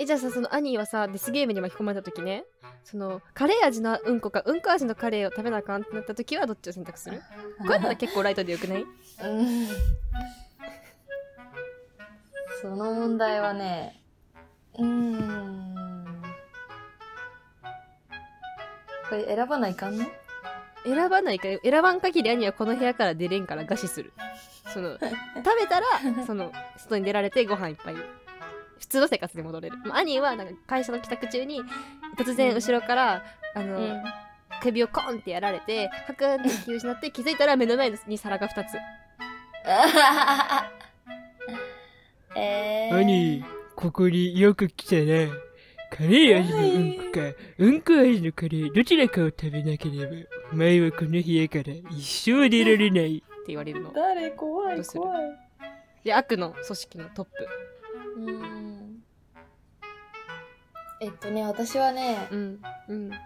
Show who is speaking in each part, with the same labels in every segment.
Speaker 1: えじゃあさその兄はさデスゲームに巻き込まれた時ねそのカレー味のうんこかうんこ味のカレーを食べなあかんってなった時はどっちを選択するこうやったら結構ライトでよくない
Speaker 2: うんその問題はねうーんこれ選ばないかんの
Speaker 1: 選ばないから選ばん限り兄はこの部屋から出れんから餓死するその食べたらその外に出られてご飯いっぱい普通の生活に戻れるまあ兄はなんか会社の帰宅中に突然後ろから、あの、首をコンってやられてハクンって気を失って気づいたら目の前に皿が2つ
Speaker 2: えー、
Speaker 3: 兄、ここによく来たな。カレー味のうんこか、うんこ味のカレー、どちらかを食べなければ、お前はこの部屋から一生出られな
Speaker 1: っ
Speaker 3: い。
Speaker 1: て言われるの
Speaker 2: 誰怖
Speaker 1: ど
Speaker 2: いう
Speaker 1: する
Speaker 2: 怖い
Speaker 1: で悪の組織のトッ
Speaker 2: うーんえっとね私はね
Speaker 1: プうんうん
Speaker 2: えっ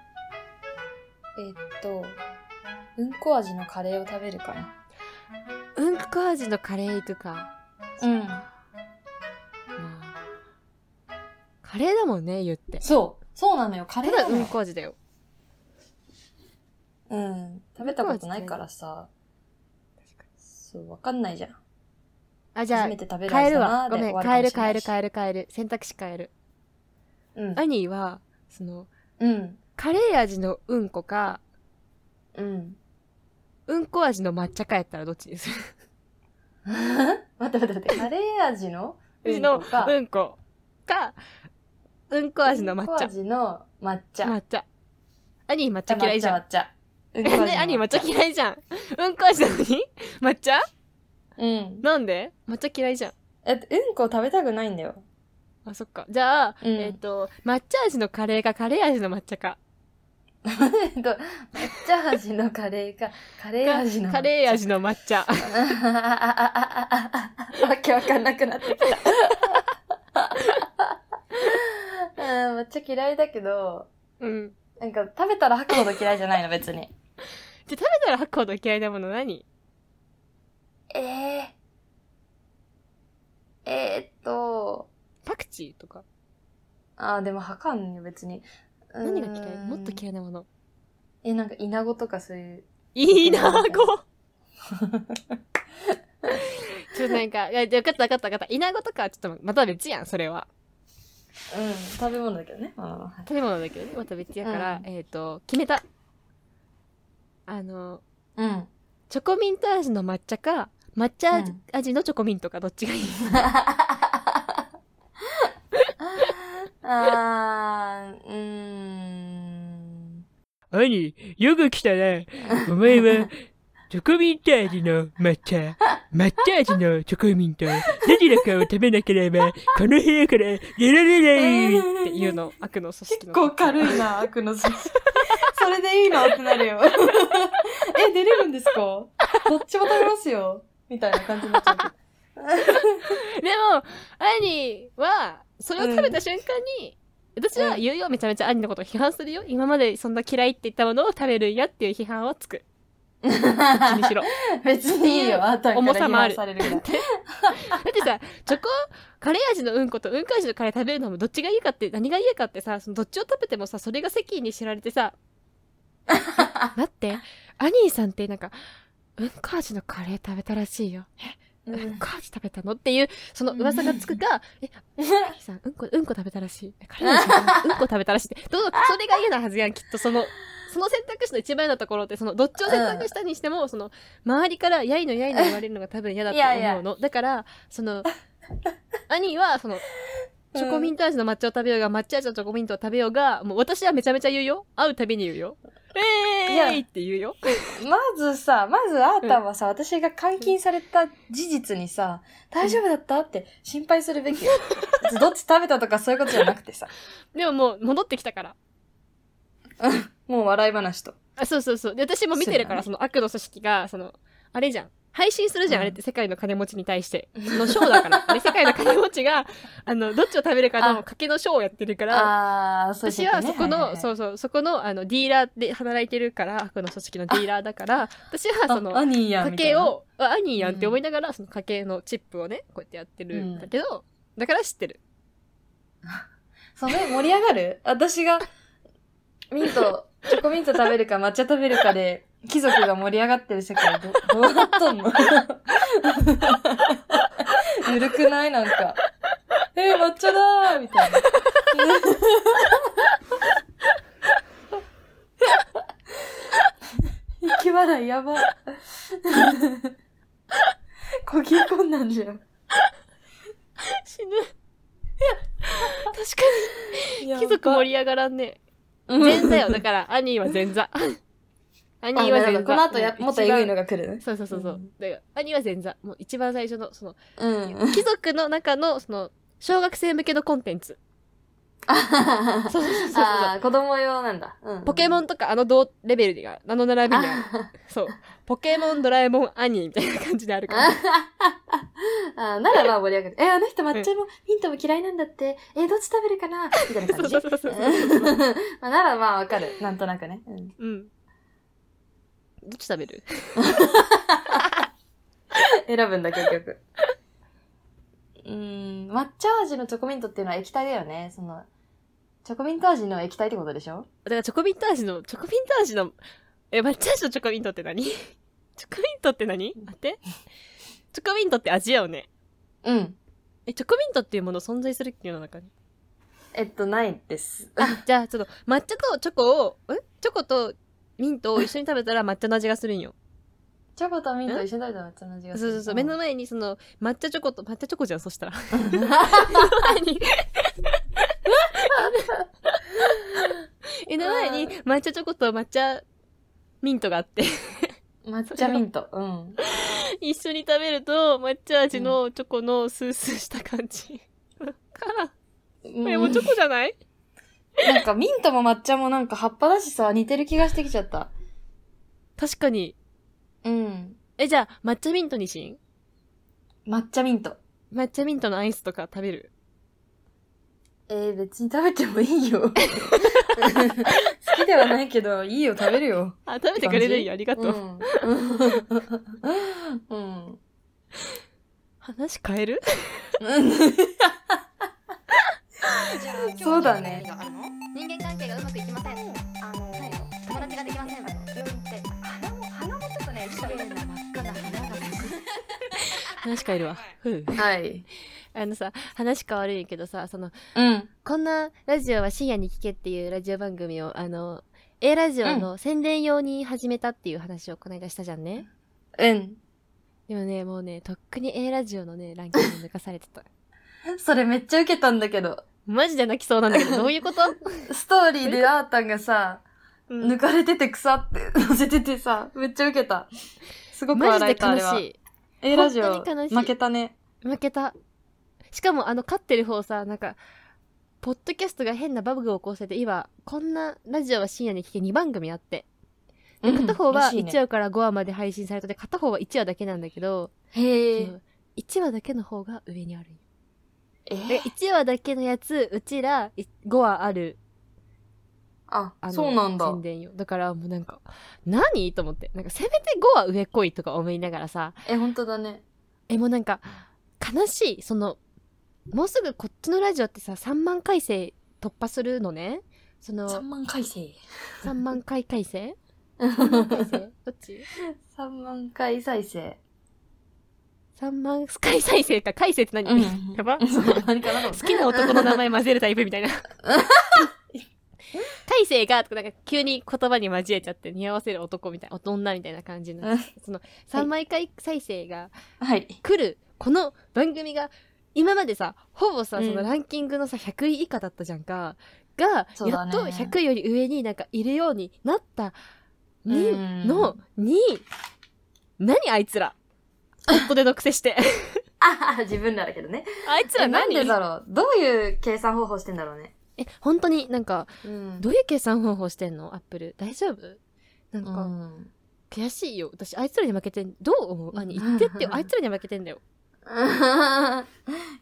Speaker 2: とうんこ味のカレーを食べるかな
Speaker 1: うんこ味のカレー行くか
Speaker 2: うん
Speaker 1: まあカレーだもんね言って
Speaker 2: そうそうなのよカレ
Speaker 1: た
Speaker 2: ーな
Speaker 1: だ
Speaker 2: の
Speaker 1: うんこ味だよ
Speaker 2: うん食べたことないからさそうわかんないじゃん
Speaker 1: あじゃ
Speaker 2: 初めて食べ
Speaker 1: あ
Speaker 2: る味
Speaker 1: 変える
Speaker 2: だな
Speaker 1: わ
Speaker 2: ー
Speaker 1: ご
Speaker 2: で
Speaker 1: め
Speaker 2: 終
Speaker 1: ん
Speaker 2: わ
Speaker 1: 変える変える
Speaker 2: え
Speaker 1: 変える変える選択肢変える
Speaker 2: るかもし
Speaker 1: 兄はその
Speaker 2: れないうん
Speaker 1: カレー味のうんこか
Speaker 2: うんうん
Speaker 1: うんこ味の抹茶かやったらどっちにする
Speaker 2: 待って待って待ってカレー味の
Speaker 1: うちの
Speaker 2: こか
Speaker 1: うんこかうんこ味の抹
Speaker 2: うんこ
Speaker 1: 茶
Speaker 2: 味の抹茶
Speaker 1: 抹茶兄抹茶嫌いじゃん
Speaker 2: 抹茶抹茶うんこ味の
Speaker 1: ね、兄抹茶嫌いじゃん。うんこ味なのに抹茶
Speaker 2: うん
Speaker 1: なんで抹茶嫌いじゃん。
Speaker 2: えっとうんこ食べたくないんだよ
Speaker 1: あ、そっか。じゃあ、
Speaker 2: うん
Speaker 1: えっ、と、抹茶味のカレーかカレー味の抹茶か。
Speaker 2: えっと抹茶味のカレーかカレー味の抹茶
Speaker 1: カレー味の抹茶。
Speaker 2: わけわかんなくなってきた。うん、めっちゃ嫌いだけど、
Speaker 1: うん。
Speaker 2: なんか食べたら吐くほど嫌いじゃないの、別に。
Speaker 1: じゃあ食べたら吐くほど嫌いなもの何
Speaker 2: えー、えー、っと、
Speaker 1: パクチーとか。
Speaker 2: あー、でも吐かんよ、別に。
Speaker 1: 何が嫌い
Speaker 2: うん
Speaker 1: もっと嫌いなもの。
Speaker 2: え、なんかイナゴとかそういう。
Speaker 1: いいなあ、こう。 ちょっとなんか、いや、よかったわかったわかった。イナゴとかはちょっとまた別やん、それは。
Speaker 2: うん、食べ物だけどね。まあまあまあはい
Speaker 1: 食べ物だけどね、また別やから、えっ、と、決めた。あの、
Speaker 2: うん。
Speaker 1: チョコミント味の抹茶か、抹茶味
Speaker 2: うん
Speaker 1: 味のチョコミントかどっちがいい、
Speaker 2: あー、うーん。
Speaker 3: 兄、よく来たな。お前は、チョコミント味の抹茶、抹茶味のチョコミント、どちらかを食べなければ、この部屋から出られない。
Speaker 1: っていうの、悪の組織の。
Speaker 2: 結構軽いな、悪の組織。 それでいいのってなるよ。 え、出れるんですかどっちも食べますよ。みたいな感じになっちゃうけど。
Speaker 1: でも、兄は、それを食べた瞬間に、私は言うよ、めちゃめちゃ兄のことを批判するよ。今までそんな嫌いって言ったものを食べるんやっていう批判はつく。気に しろ。
Speaker 2: 別にいいよ、あたりから
Speaker 1: 重さ
Speaker 2: 批
Speaker 1: もあ
Speaker 2: 判
Speaker 1: る
Speaker 2: されるぐらい。
Speaker 1: だってさ、チョコ、カレー味のうんことうんこ味のカレー食べるのもどっちがいいかって、何がいいかってさ、そのどっちを食べてもさ、それが世間に知られてさ、待って、アニーさんってなんか、うんこ味のカレー食べたらしいよ。
Speaker 2: う
Speaker 1: うん
Speaker 2: ん
Speaker 1: こ味食べたのっていう、その噂がつくか、え、アニーさん、うんこ、うんこ食べたらしい。えカレー味 のうんこ食べたらしいって、どの、それが嫌なはずやん、きっとその、その選択肢の一番嫌なところって、その、どっちを選択したにしても、その、周りから、やいのやいの言われるのが多分嫌だと思うの。
Speaker 2: いやい
Speaker 1: だから、その、兄は、 その、チョコミント味の抹茶を食べようが、抹茶味のチョコミントを食べようが、もう私はめちゃめちゃ言うよ。会うたびに言うよ。え
Speaker 2: いや
Speaker 1: ーいって言うよ。
Speaker 2: まずさ、まずあーたはさ、私が監禁された事実にさ、大丈夫だったって心配するべきよ。どっち食べたとかそういうことじゃなくてさ、
Speaker 1: でももう戻ってきたから。
Speaker 2: もう笑い話と。
Speaker 1: あ、そうそうそう。で、私も見てるから、そ,、の悪の組織が、その、あれじゃん。配信するじゃん、
Speaker 2: う
Speaker 1: あ
Speaker 2: ん
Speaker 1: れって世界の金持ちに対して。のショーだから。あ れ世界の金持ちが、あの、どっちを食べるかの
Speaker 2: あ
Speaker 1: 賭けのショーをやってるから、
Speaker 2: あー、そういう
Speaker 1: 私
Speaker 2: こと
Speaker 1: はそ
Speaker 2: ね
Speaker 1: こ
Speaker 2: はいはいは
Speaker 1: の、
Speaker 2: い
Speaker 1: そうそう、そこの、あの、ディーラーで働いてるから、悪の組織のディーラーだから、私はその、
Speaker 2: あ兄や
Speaker 1: 家
Speaker 2: みたい
Speaker 1: 計
Speaker 2: な
Speaker 1: を、あ兄やんって思いながら、その家計のチップをね、こうやってやってるんだけど、だから知ってる。
Speaker 2: その盛り上がる私が、ミント、チョコミント食べるか抹茶食べるかで、貴族が盛り上がってる世界ど、どうなっとんのぬるくないなんか。えー、抹茶だーみたいな。行き笑いやば。こぎ込んなんじゃん。
Speaker 1: 死ぬ。いや、確かに貴族盛り上がらんね。
Speaker 2: り
Speaker 1: 前座よ。だから、アニーは前 座。アニ
Speaker 2: あ
Speaker 1: ーは
Speaker 2: な
Speaker 1: 前座。
Speaker 2: るほどこの後や、もっとエグいのが来るね。。
Speaker 1: そうそうそうそううんだから、兄は前座。もう一番最初の、その、
Speaker 2: うん。
Speaker 1: 貴族の中の、その、小学生向けのコンテンツ。
Speaker 2: あ
Speaker 1: そうそうそうそう
Speaker 2: あー、子供用なんだ。うん、
Speaker 1: ポケモ
Speaker 2: ン
Speaker 1: ンとかあの同レベルが、あの並びにある。
Speaker 2: あ
Speaker 1: そう。ポケモン、ドラえもん、アニーみたいな感じであるから。
Speaker 2: あーならば盛り上がる。え、あの人抹茶もミントも嫌いなんだって。え、どっち食べるかなみたいな
Speaker 1: そ
Speaker 2: 感
Speaker 1: う
Speaker 2: じ
Speaker 1: そ。うそうそう。
Speaker 2: うんまあならまあわかる。なんとなくね。うん
Speaker 1: うん。どっち食べる
Speaker 2: 選ぶんだ、結局。うーん、抹茶味のチョコミントっていうのは液体だよね。その、チョコミント味の液体ってことでしょ
Speaker 1: だからチョコミント味の、チョコミント味の、え、抹茶味のチョコミントって 何チョコミントって何待って。チョコミントって味やよね。
Speaker 2: うん。
Speaker 1: え、チョコミントっていうもの存在するっけ世の中に。
Speaker 2: えっと、ないです。
Speaker 1: あ、じゃあ、ちょっと、抹茶とチョコを、えチョコとミントを一緒に食べたら抹茶の味がするんよ。
Speaker 2: チョコとミント一緒に食べたら抹茶の味
Speaker 1: そ
Speaker 2: が
Speaker 1: う
Speaker 2: する。
Speaker 1: そうそう。目の前に、その、抹茶チョコと、抹茶チョコじゃん、そ したら。目の前に目の前に抹茶チョコと抹茶ミントがあって、
Speaker 2: 抹茶ミント。うん。
Speaker 1: 一緒に食べると、抹茶味のチョコのスースーした感じ。から、これもチョコじゃない
Speaker 2: なんかミントも抹茶もなんか葉っぱだしさ、似てる気がしてきちゃった。
Speaker 1: 確かに。
Speaker 2: うん。
Speaker 1: え、じゃあ、抹茶ミントにしん
Speaker 2: 抹茶ミント。
Speaker 1: 抹茶ミントのアイスとか食べる
Speaker 2: えー、別に食べてもいい よ。好きではないけど、いいよ、食べるよ。
Speaker 1: あ、食べてくれるんや、ありがとう。
Speaker 2: うん。うん。
Speaker 1: 話変える
Speaker 2: そうだね。
Speaker 4: 人間関係がうまくいきません。あの、友達ができません。病院って、鼻も、鼻もちょっとね、綺麗な真っ赤な鼻が。
Speaker 1: 話変えるわ。ふう
Speaker 2: はい。
Speaker 1: あのさ、話変わるんやけどさ、その、
Speaker 2: うん。
Speaker 1: こんなラジオは深夜に聞けっていうラジオ番組を、あの、A ラジオの宣伝用に始めたっていう話をこの間したじゃんね。
Speaker 2: うん。
Speaker 1: でもね、もうね、とっくに A ラジオのね、ランキング抜かされてた。
Speaker 2: それめっちゃ受けたんだけど。
Speaker 1: マジで泣きそうなんだけど、どういうこと
Speaker 2: ストーリーであーたんがさ、
Speaker 1: うん
Speaker 2: 抜かれてて草って載せててさ、めっちゃ受けた。すごく
Speaker 1: マジ
Speaker 2: 笑
Speaker 1: で
Speaker 2: えた、あ
Speaker 1: 悲
Speaker 2: れは
Speaker 1: し。い。
Speaker 2: A ラジ
Speaker 1: 本
Speaker 2: オ、
Speaker 1: 当に悲しい
Speaker 2: 負けたね。
Speaker 1: 負けた。しかも、あの、勝ってる方さ、なんか、ポッドキャストが変なバグを起こせて、今、こんなラジオは深夜に聞け2番組あって。で
Speaker 2: うん
Speaker 1: 片方は
Speaker 2: らしいね
Speaker 1: 1話から5話まで配信されてて、片方は1話だけなんだけど、
Speaker 2: へえ。
Speaker 1: 1話だけの方が上にあるんよ
Speaker 2: え
Speaker 1: で1話だけのやつうちらい5話ある
Speaker 2: あ
Speaker 1: あ、の
Speaker 2: そうなんだ。
Speaker 1: 宣伝よだからもうなんか何と思ってなんかせめて5話上来いとか思いながらさ
Speaker 2: え、本当だね。
Speaker 1: えもうなんか悲しいそのもうすぐこっちのラジオってさ3万回生突破するのねその
Speaker 2: 3万回 生。
Speaker 1: 3万回回 生 ?3 万回生
Speaker 2: 3
Speaker 1: どっち
Speaker 2: 万回再生。
Speaker 1: ?3 万回再生か回生って何、 やば
Speaker 2: そう何かなと思っ
Speaker 1: 好きな男の名前混ぜるタイプみたい な。大勢が、とかなんか急に言葉に交えちゃって似合わせる男みたいな、女みたいな感じになって、その3枚回再生が
Speaker 2: た。はい。
Speaker 1: 来る、この番組が、今までさ、ほぼさ、
Speaker 2: うん
Speaker 1: そのランキングのさ、100位以下だったじゃんか、が、
Speaker 2: そう
Speaker 1: や
Speaker 2: だ
Speaker 1: っ
Speaker 2: ね
Speaker 1: と100位より上になんかいるようになった、に、
Speaker 2: うん
Speaker 1: の、に、何あいつら。ホットでのくせ して。
Speaker 2: あ、自分らだけどね。
Speaker 1: あいつ
Speaker 2: え
Speaker 1: ら
Speaker 2: なん
Speaker 1: 何
Speaker 2: でだろうどういう計算方法してんだろうね。
Speaker 1: え、本当になんか、
Speaker 2: うん
Speaker 1: どういう計算方法してんのアップル大丈夫なん
Speaker 2: う
Speaker 1: か、
Speaker 2: ん。
Speaker 1: 悔しいよ私あいつらに負けてんどう思う兄言ってってよあいつらには負けてんだよ
Speaker 2: い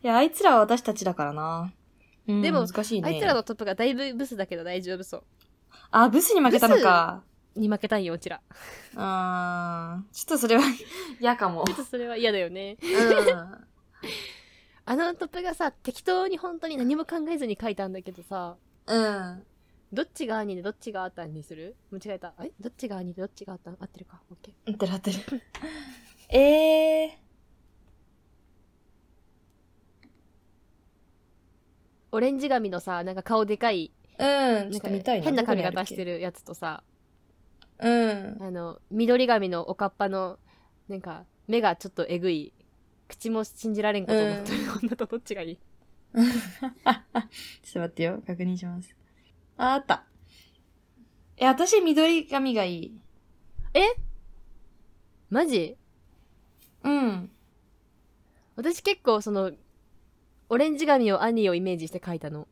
Speaker 2: や、あいつらは私たちだからな。うん
Speaker 1: でも
Speaker 2: 難しいね。
Speaker 1: あいつらのトップがだいぶブスだけど大丈夫そ
Speaker 2: あ、ブスに負けたのか。
Speaker 1: うに負けたんようちら
Speaker 2: あーちょっとそれは嫌かも。
Speaker 1: ちょっとそれは嫌だよね
Speaker 2: うん。
Speaker 1: あのトップがさ適当に本当に何も考えずに書いたんだけどさ
Speaker 2: うん。
Speaker 1: どっちが兄でどっちがあったんにする間違えたえどっちが兄でどっちがあったん合ってるかオッケー
Speaker 2: 合ってる合ってる。ええ
Speaker 1: オレンジ髪のさなんか顔でかい
Speaker 2: ー。うん。ち
Speaker 1: なん
Speaker 2: ょっ
Speaker 1: か
Speaker 2: と見たいな。
Speaker 1: 変な髪型して
Speaker 2: る。
Speaker 1: るやつとさ
Speaker 2: うん。
Speaker 1: あの緑髪のおかっぱのなんか目がちょっとえぐい口も信じられんことになってる女とどっちがいい
Speaker 2: ちょっと待ってよ。確認します。あ、あった。え、私、緑髪がいい。
Speaker 1: マジ
Speaker 2: うん。
Speaker 1: 私結構そのオレンジ髪を兄をイメージして描いたの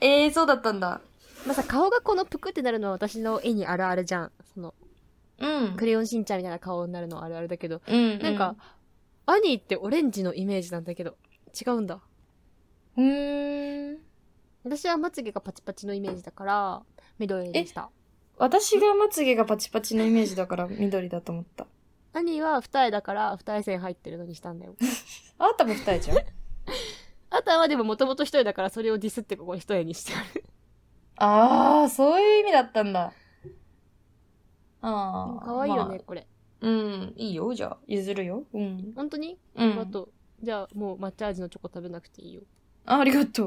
Speaker 2: ええー、そうだったんだ。
Speaker 1: まあ、さ顔がこのぷくってなるのは私の絵にあるあるじゃんその
Speaker 2: うん
Speaker 1: ク。レヨンしんちゃんみたいな顔になるのはあるあるだけど、
Speaker 2: うん。
Speaker 1: なんか、兄ってオレンジのイメージなんだけど違うんだ
Speaker 2: うーん。
Speaker 1: 私はまつげがパチパチのイメージだから緑でした
Speaker 2: 私がまつげがパチパチのイメージだから緑だと思った。
Speaker 1: 兄は二重だから二重線入ってるのにしたんだよ
Speaker 2: あなたも二重じゃん。
Speaker 1: あとはでももともと一重だからそれをディスってここ一重にしてある。
Speaker 2: ああ、そういう意味だったんだ。ああ。
Speaker 1: 可愛いよね、
Speaker 2: まあ
Speaker 1: これ。
Speaker 2: うん、いいよ、じゃあ。譲るよ。うん。
Speaker 1: 本当に、
Speaker 2: う
Speaker 1: あ
Speaker 2: ん。
Speaker 1: と、じゃあもう抹茶味のチョコ食べなくていい よ。
Speaker 2: あ、ありがとう。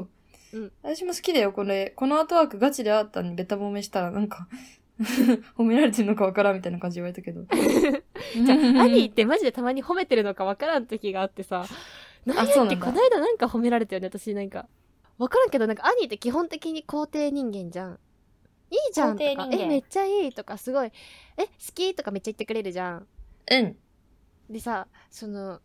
Speaker 1: うん
Speaker 2: 私も好きだよ、これ。このアートワークガチであったにベタ褒めしたら、なんか、 褒められてるのかわからんみたいな 感じ言われたけど。
Speaker 1: じゃあ、兄ってマジでたまに褒めてるのかわからん時があってさ、何やっ
Speaker 2: そうな
Speaker 1: て
Speaker 2: んだ
Speaker 1: この間なんか褒められたよね、私なんか。わからんけど、なんか兄って基本的に肯定人間じゃん。いいじゃんとか
Speaker 2: 肯、定人間
Speaker 1: え、めっちゃいいとか、すごい、え、好きとかめっちゃ言ってくれるじゃん。
Speaker 2: うん。
Speaker 1: でさその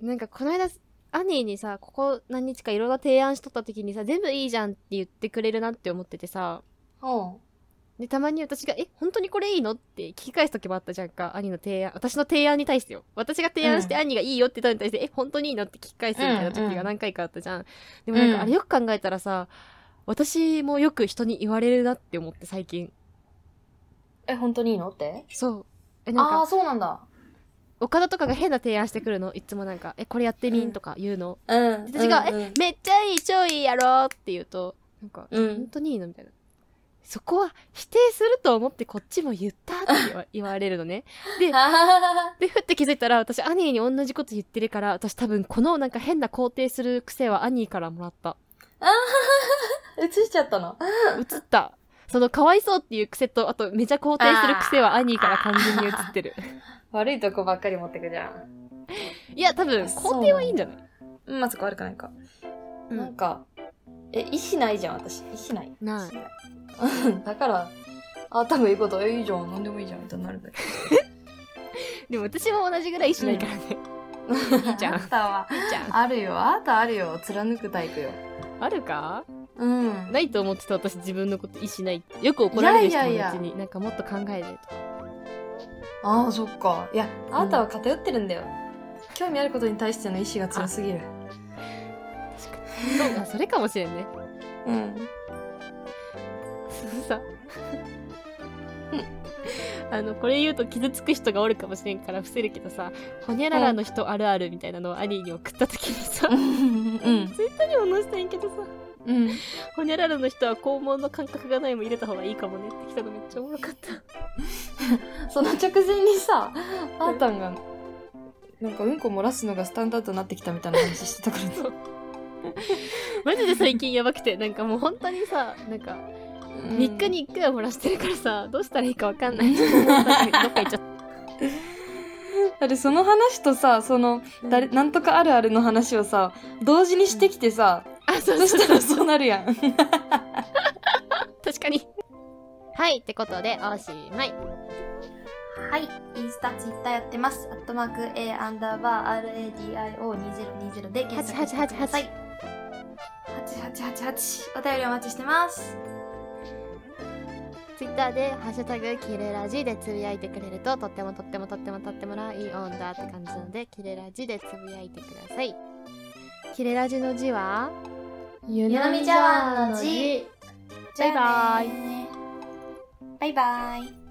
Speaker 1: なんかこの間アニーにさここ何日かいろんな提案しとった時にさ全部いいじゃんって言ってくれるなって思っててさ
Speaker 2: ほ
Speaker 1: でたまに私が「え本当にこれいいの?」って聞き返す時もあったじゃんか兄の提案私の提案に対してよ私が提案して
Speaker 2: うん
Speaker 1: 兄がいいよって言ったのに対して「え本当にいいの?」って聞き返すみたいな時が何回かあったじゃん、でもなん
Speaker 2: うん
Speaker 1: かあれよく考えたらさ私もよく人に言われるなって思って最近
Speaker 2: え、本当にいいのって
Speaker 1: そうえなんか
Speaker 2: あ、そうなんだ。
Speaker 1: 岡田とかが変な提案してくるのいつもなんか「えこれやってみん」とか言うの、
Speaker 2: うん。
Speaker 1: 私が
Speaker 2: うんうん
Speaker 1: めっちゃいい超いいやろって言うとなんか、
Speaker 2: う
Speaker 1: 本
Speaker 2: ん。
Speaker 1: 当にいいのみたいなそこは否定すると思ってこっちも言ったって言わ 言われるのね
Speaker 2: あ
Speaker 1: でふって気づいたら私アニーに同じこと言ってるから私多分このなんか変な肯定する癖はアニーからもらった
Speaker 2: ー 映しちゃったの。
Speaker 1: 映ったそのかわいそうっていう癖とあとめちゃ肯定する癖はアニーから完全に映ってる
Speaker 2: 悪いとこばっかり持ってくじゃん。
Speaker 1: いや多分肯定はいいんじゃない
Speaker 2: うん、まさか悪くないか。
Speaker 1: うん
Speaker 2: なんか、え、意思ないじゃん、私。意思ない。
Speaker 1: ない
Speaker 2: 意思ない。 だから、あ、多分いいこと、え、いいじゃん、なんでもいいじゃん、みたいになるんだけ
Speaker 1: でも私も同じぐらい意思ないからね、
Speaker 2: ど。
Speaker 1: いじゃん
Speaker 2: あなたは、
Speaker 1: じゃん
Speaker 2: あるよ、あなたあるよ、貫くタイプよ。
Speaker 1: あるか
Speaker 2: うん。
Speaker 1: ないと思ってた私自分のこと意思ないってよく怒られる
Speaker 2: い
Speaker 1: 人
Speaker 2: や
Speaker 1: の
Speaker 2: いう
Speaker 1: ち
Speaker 2: やいや
Speaker 1: になんかもっと考えない
Speaker 2: ああ、そっか。いや、あなたは偏ってるんだよ。興味あることに対しての意思が強すぎる。
Speaker 1: とそうかそれかもしれんね
Speaker 2: うん。
Speaker 1: そのさ あのこれ言うと傷つく人がおるかもしれんから伏せるけどさほにゃららの人あるあるみたいなのをアニーに送った時にさ
Speaker 2: うん。
Speaker 1: ツイッターにも載せたいんやけどさ
Speaker 2: うん。
Speaker 1: ほにゃららの人は肛門の感覚がないも入れた方がいいかもねってきたのめっちゃおもろかった
Speaker 2: その直前にさ、あーたんが、なんかうんこ漏らすのがスタンダードになってきたみたいな話してたからね。
Speaker 1: マジで最近やばくてなんかもう本当にさなんか3日に1回は漏らしてるからさどうしたらいいかわかんないどっか行 っちゃっ
Speaker 2: だってその話とさその
Speaker 1: た
Speaker 2: 誰なんとかあるあるの話をさ同時にしてきてさ、
Speaker 1: あそう
Speaker 2: そ
Speaker 1: そう
Speaker 2: したらそうなるやん
Speaker 1: 確かに。はい、ってことで、おしまい。
Speaker 4: はい、インスタ、ツイッターやってます。アットマーク A アンダーバー RADIO2020 で検索してください。8888。お便りお待ちしてます。
Speaker 1: ツイッターで、ハッシュタグ、キレラジでつぶやいてくれると、とってもとってもとってもとってもらいいオンだって感じなので、キレラジでつぶやいてください。キレラジの字は、ゆ
Speaker 4: なみ茶碗の字。
Speaker 1: バイバイ
Speaker 4: イ。バイバイ。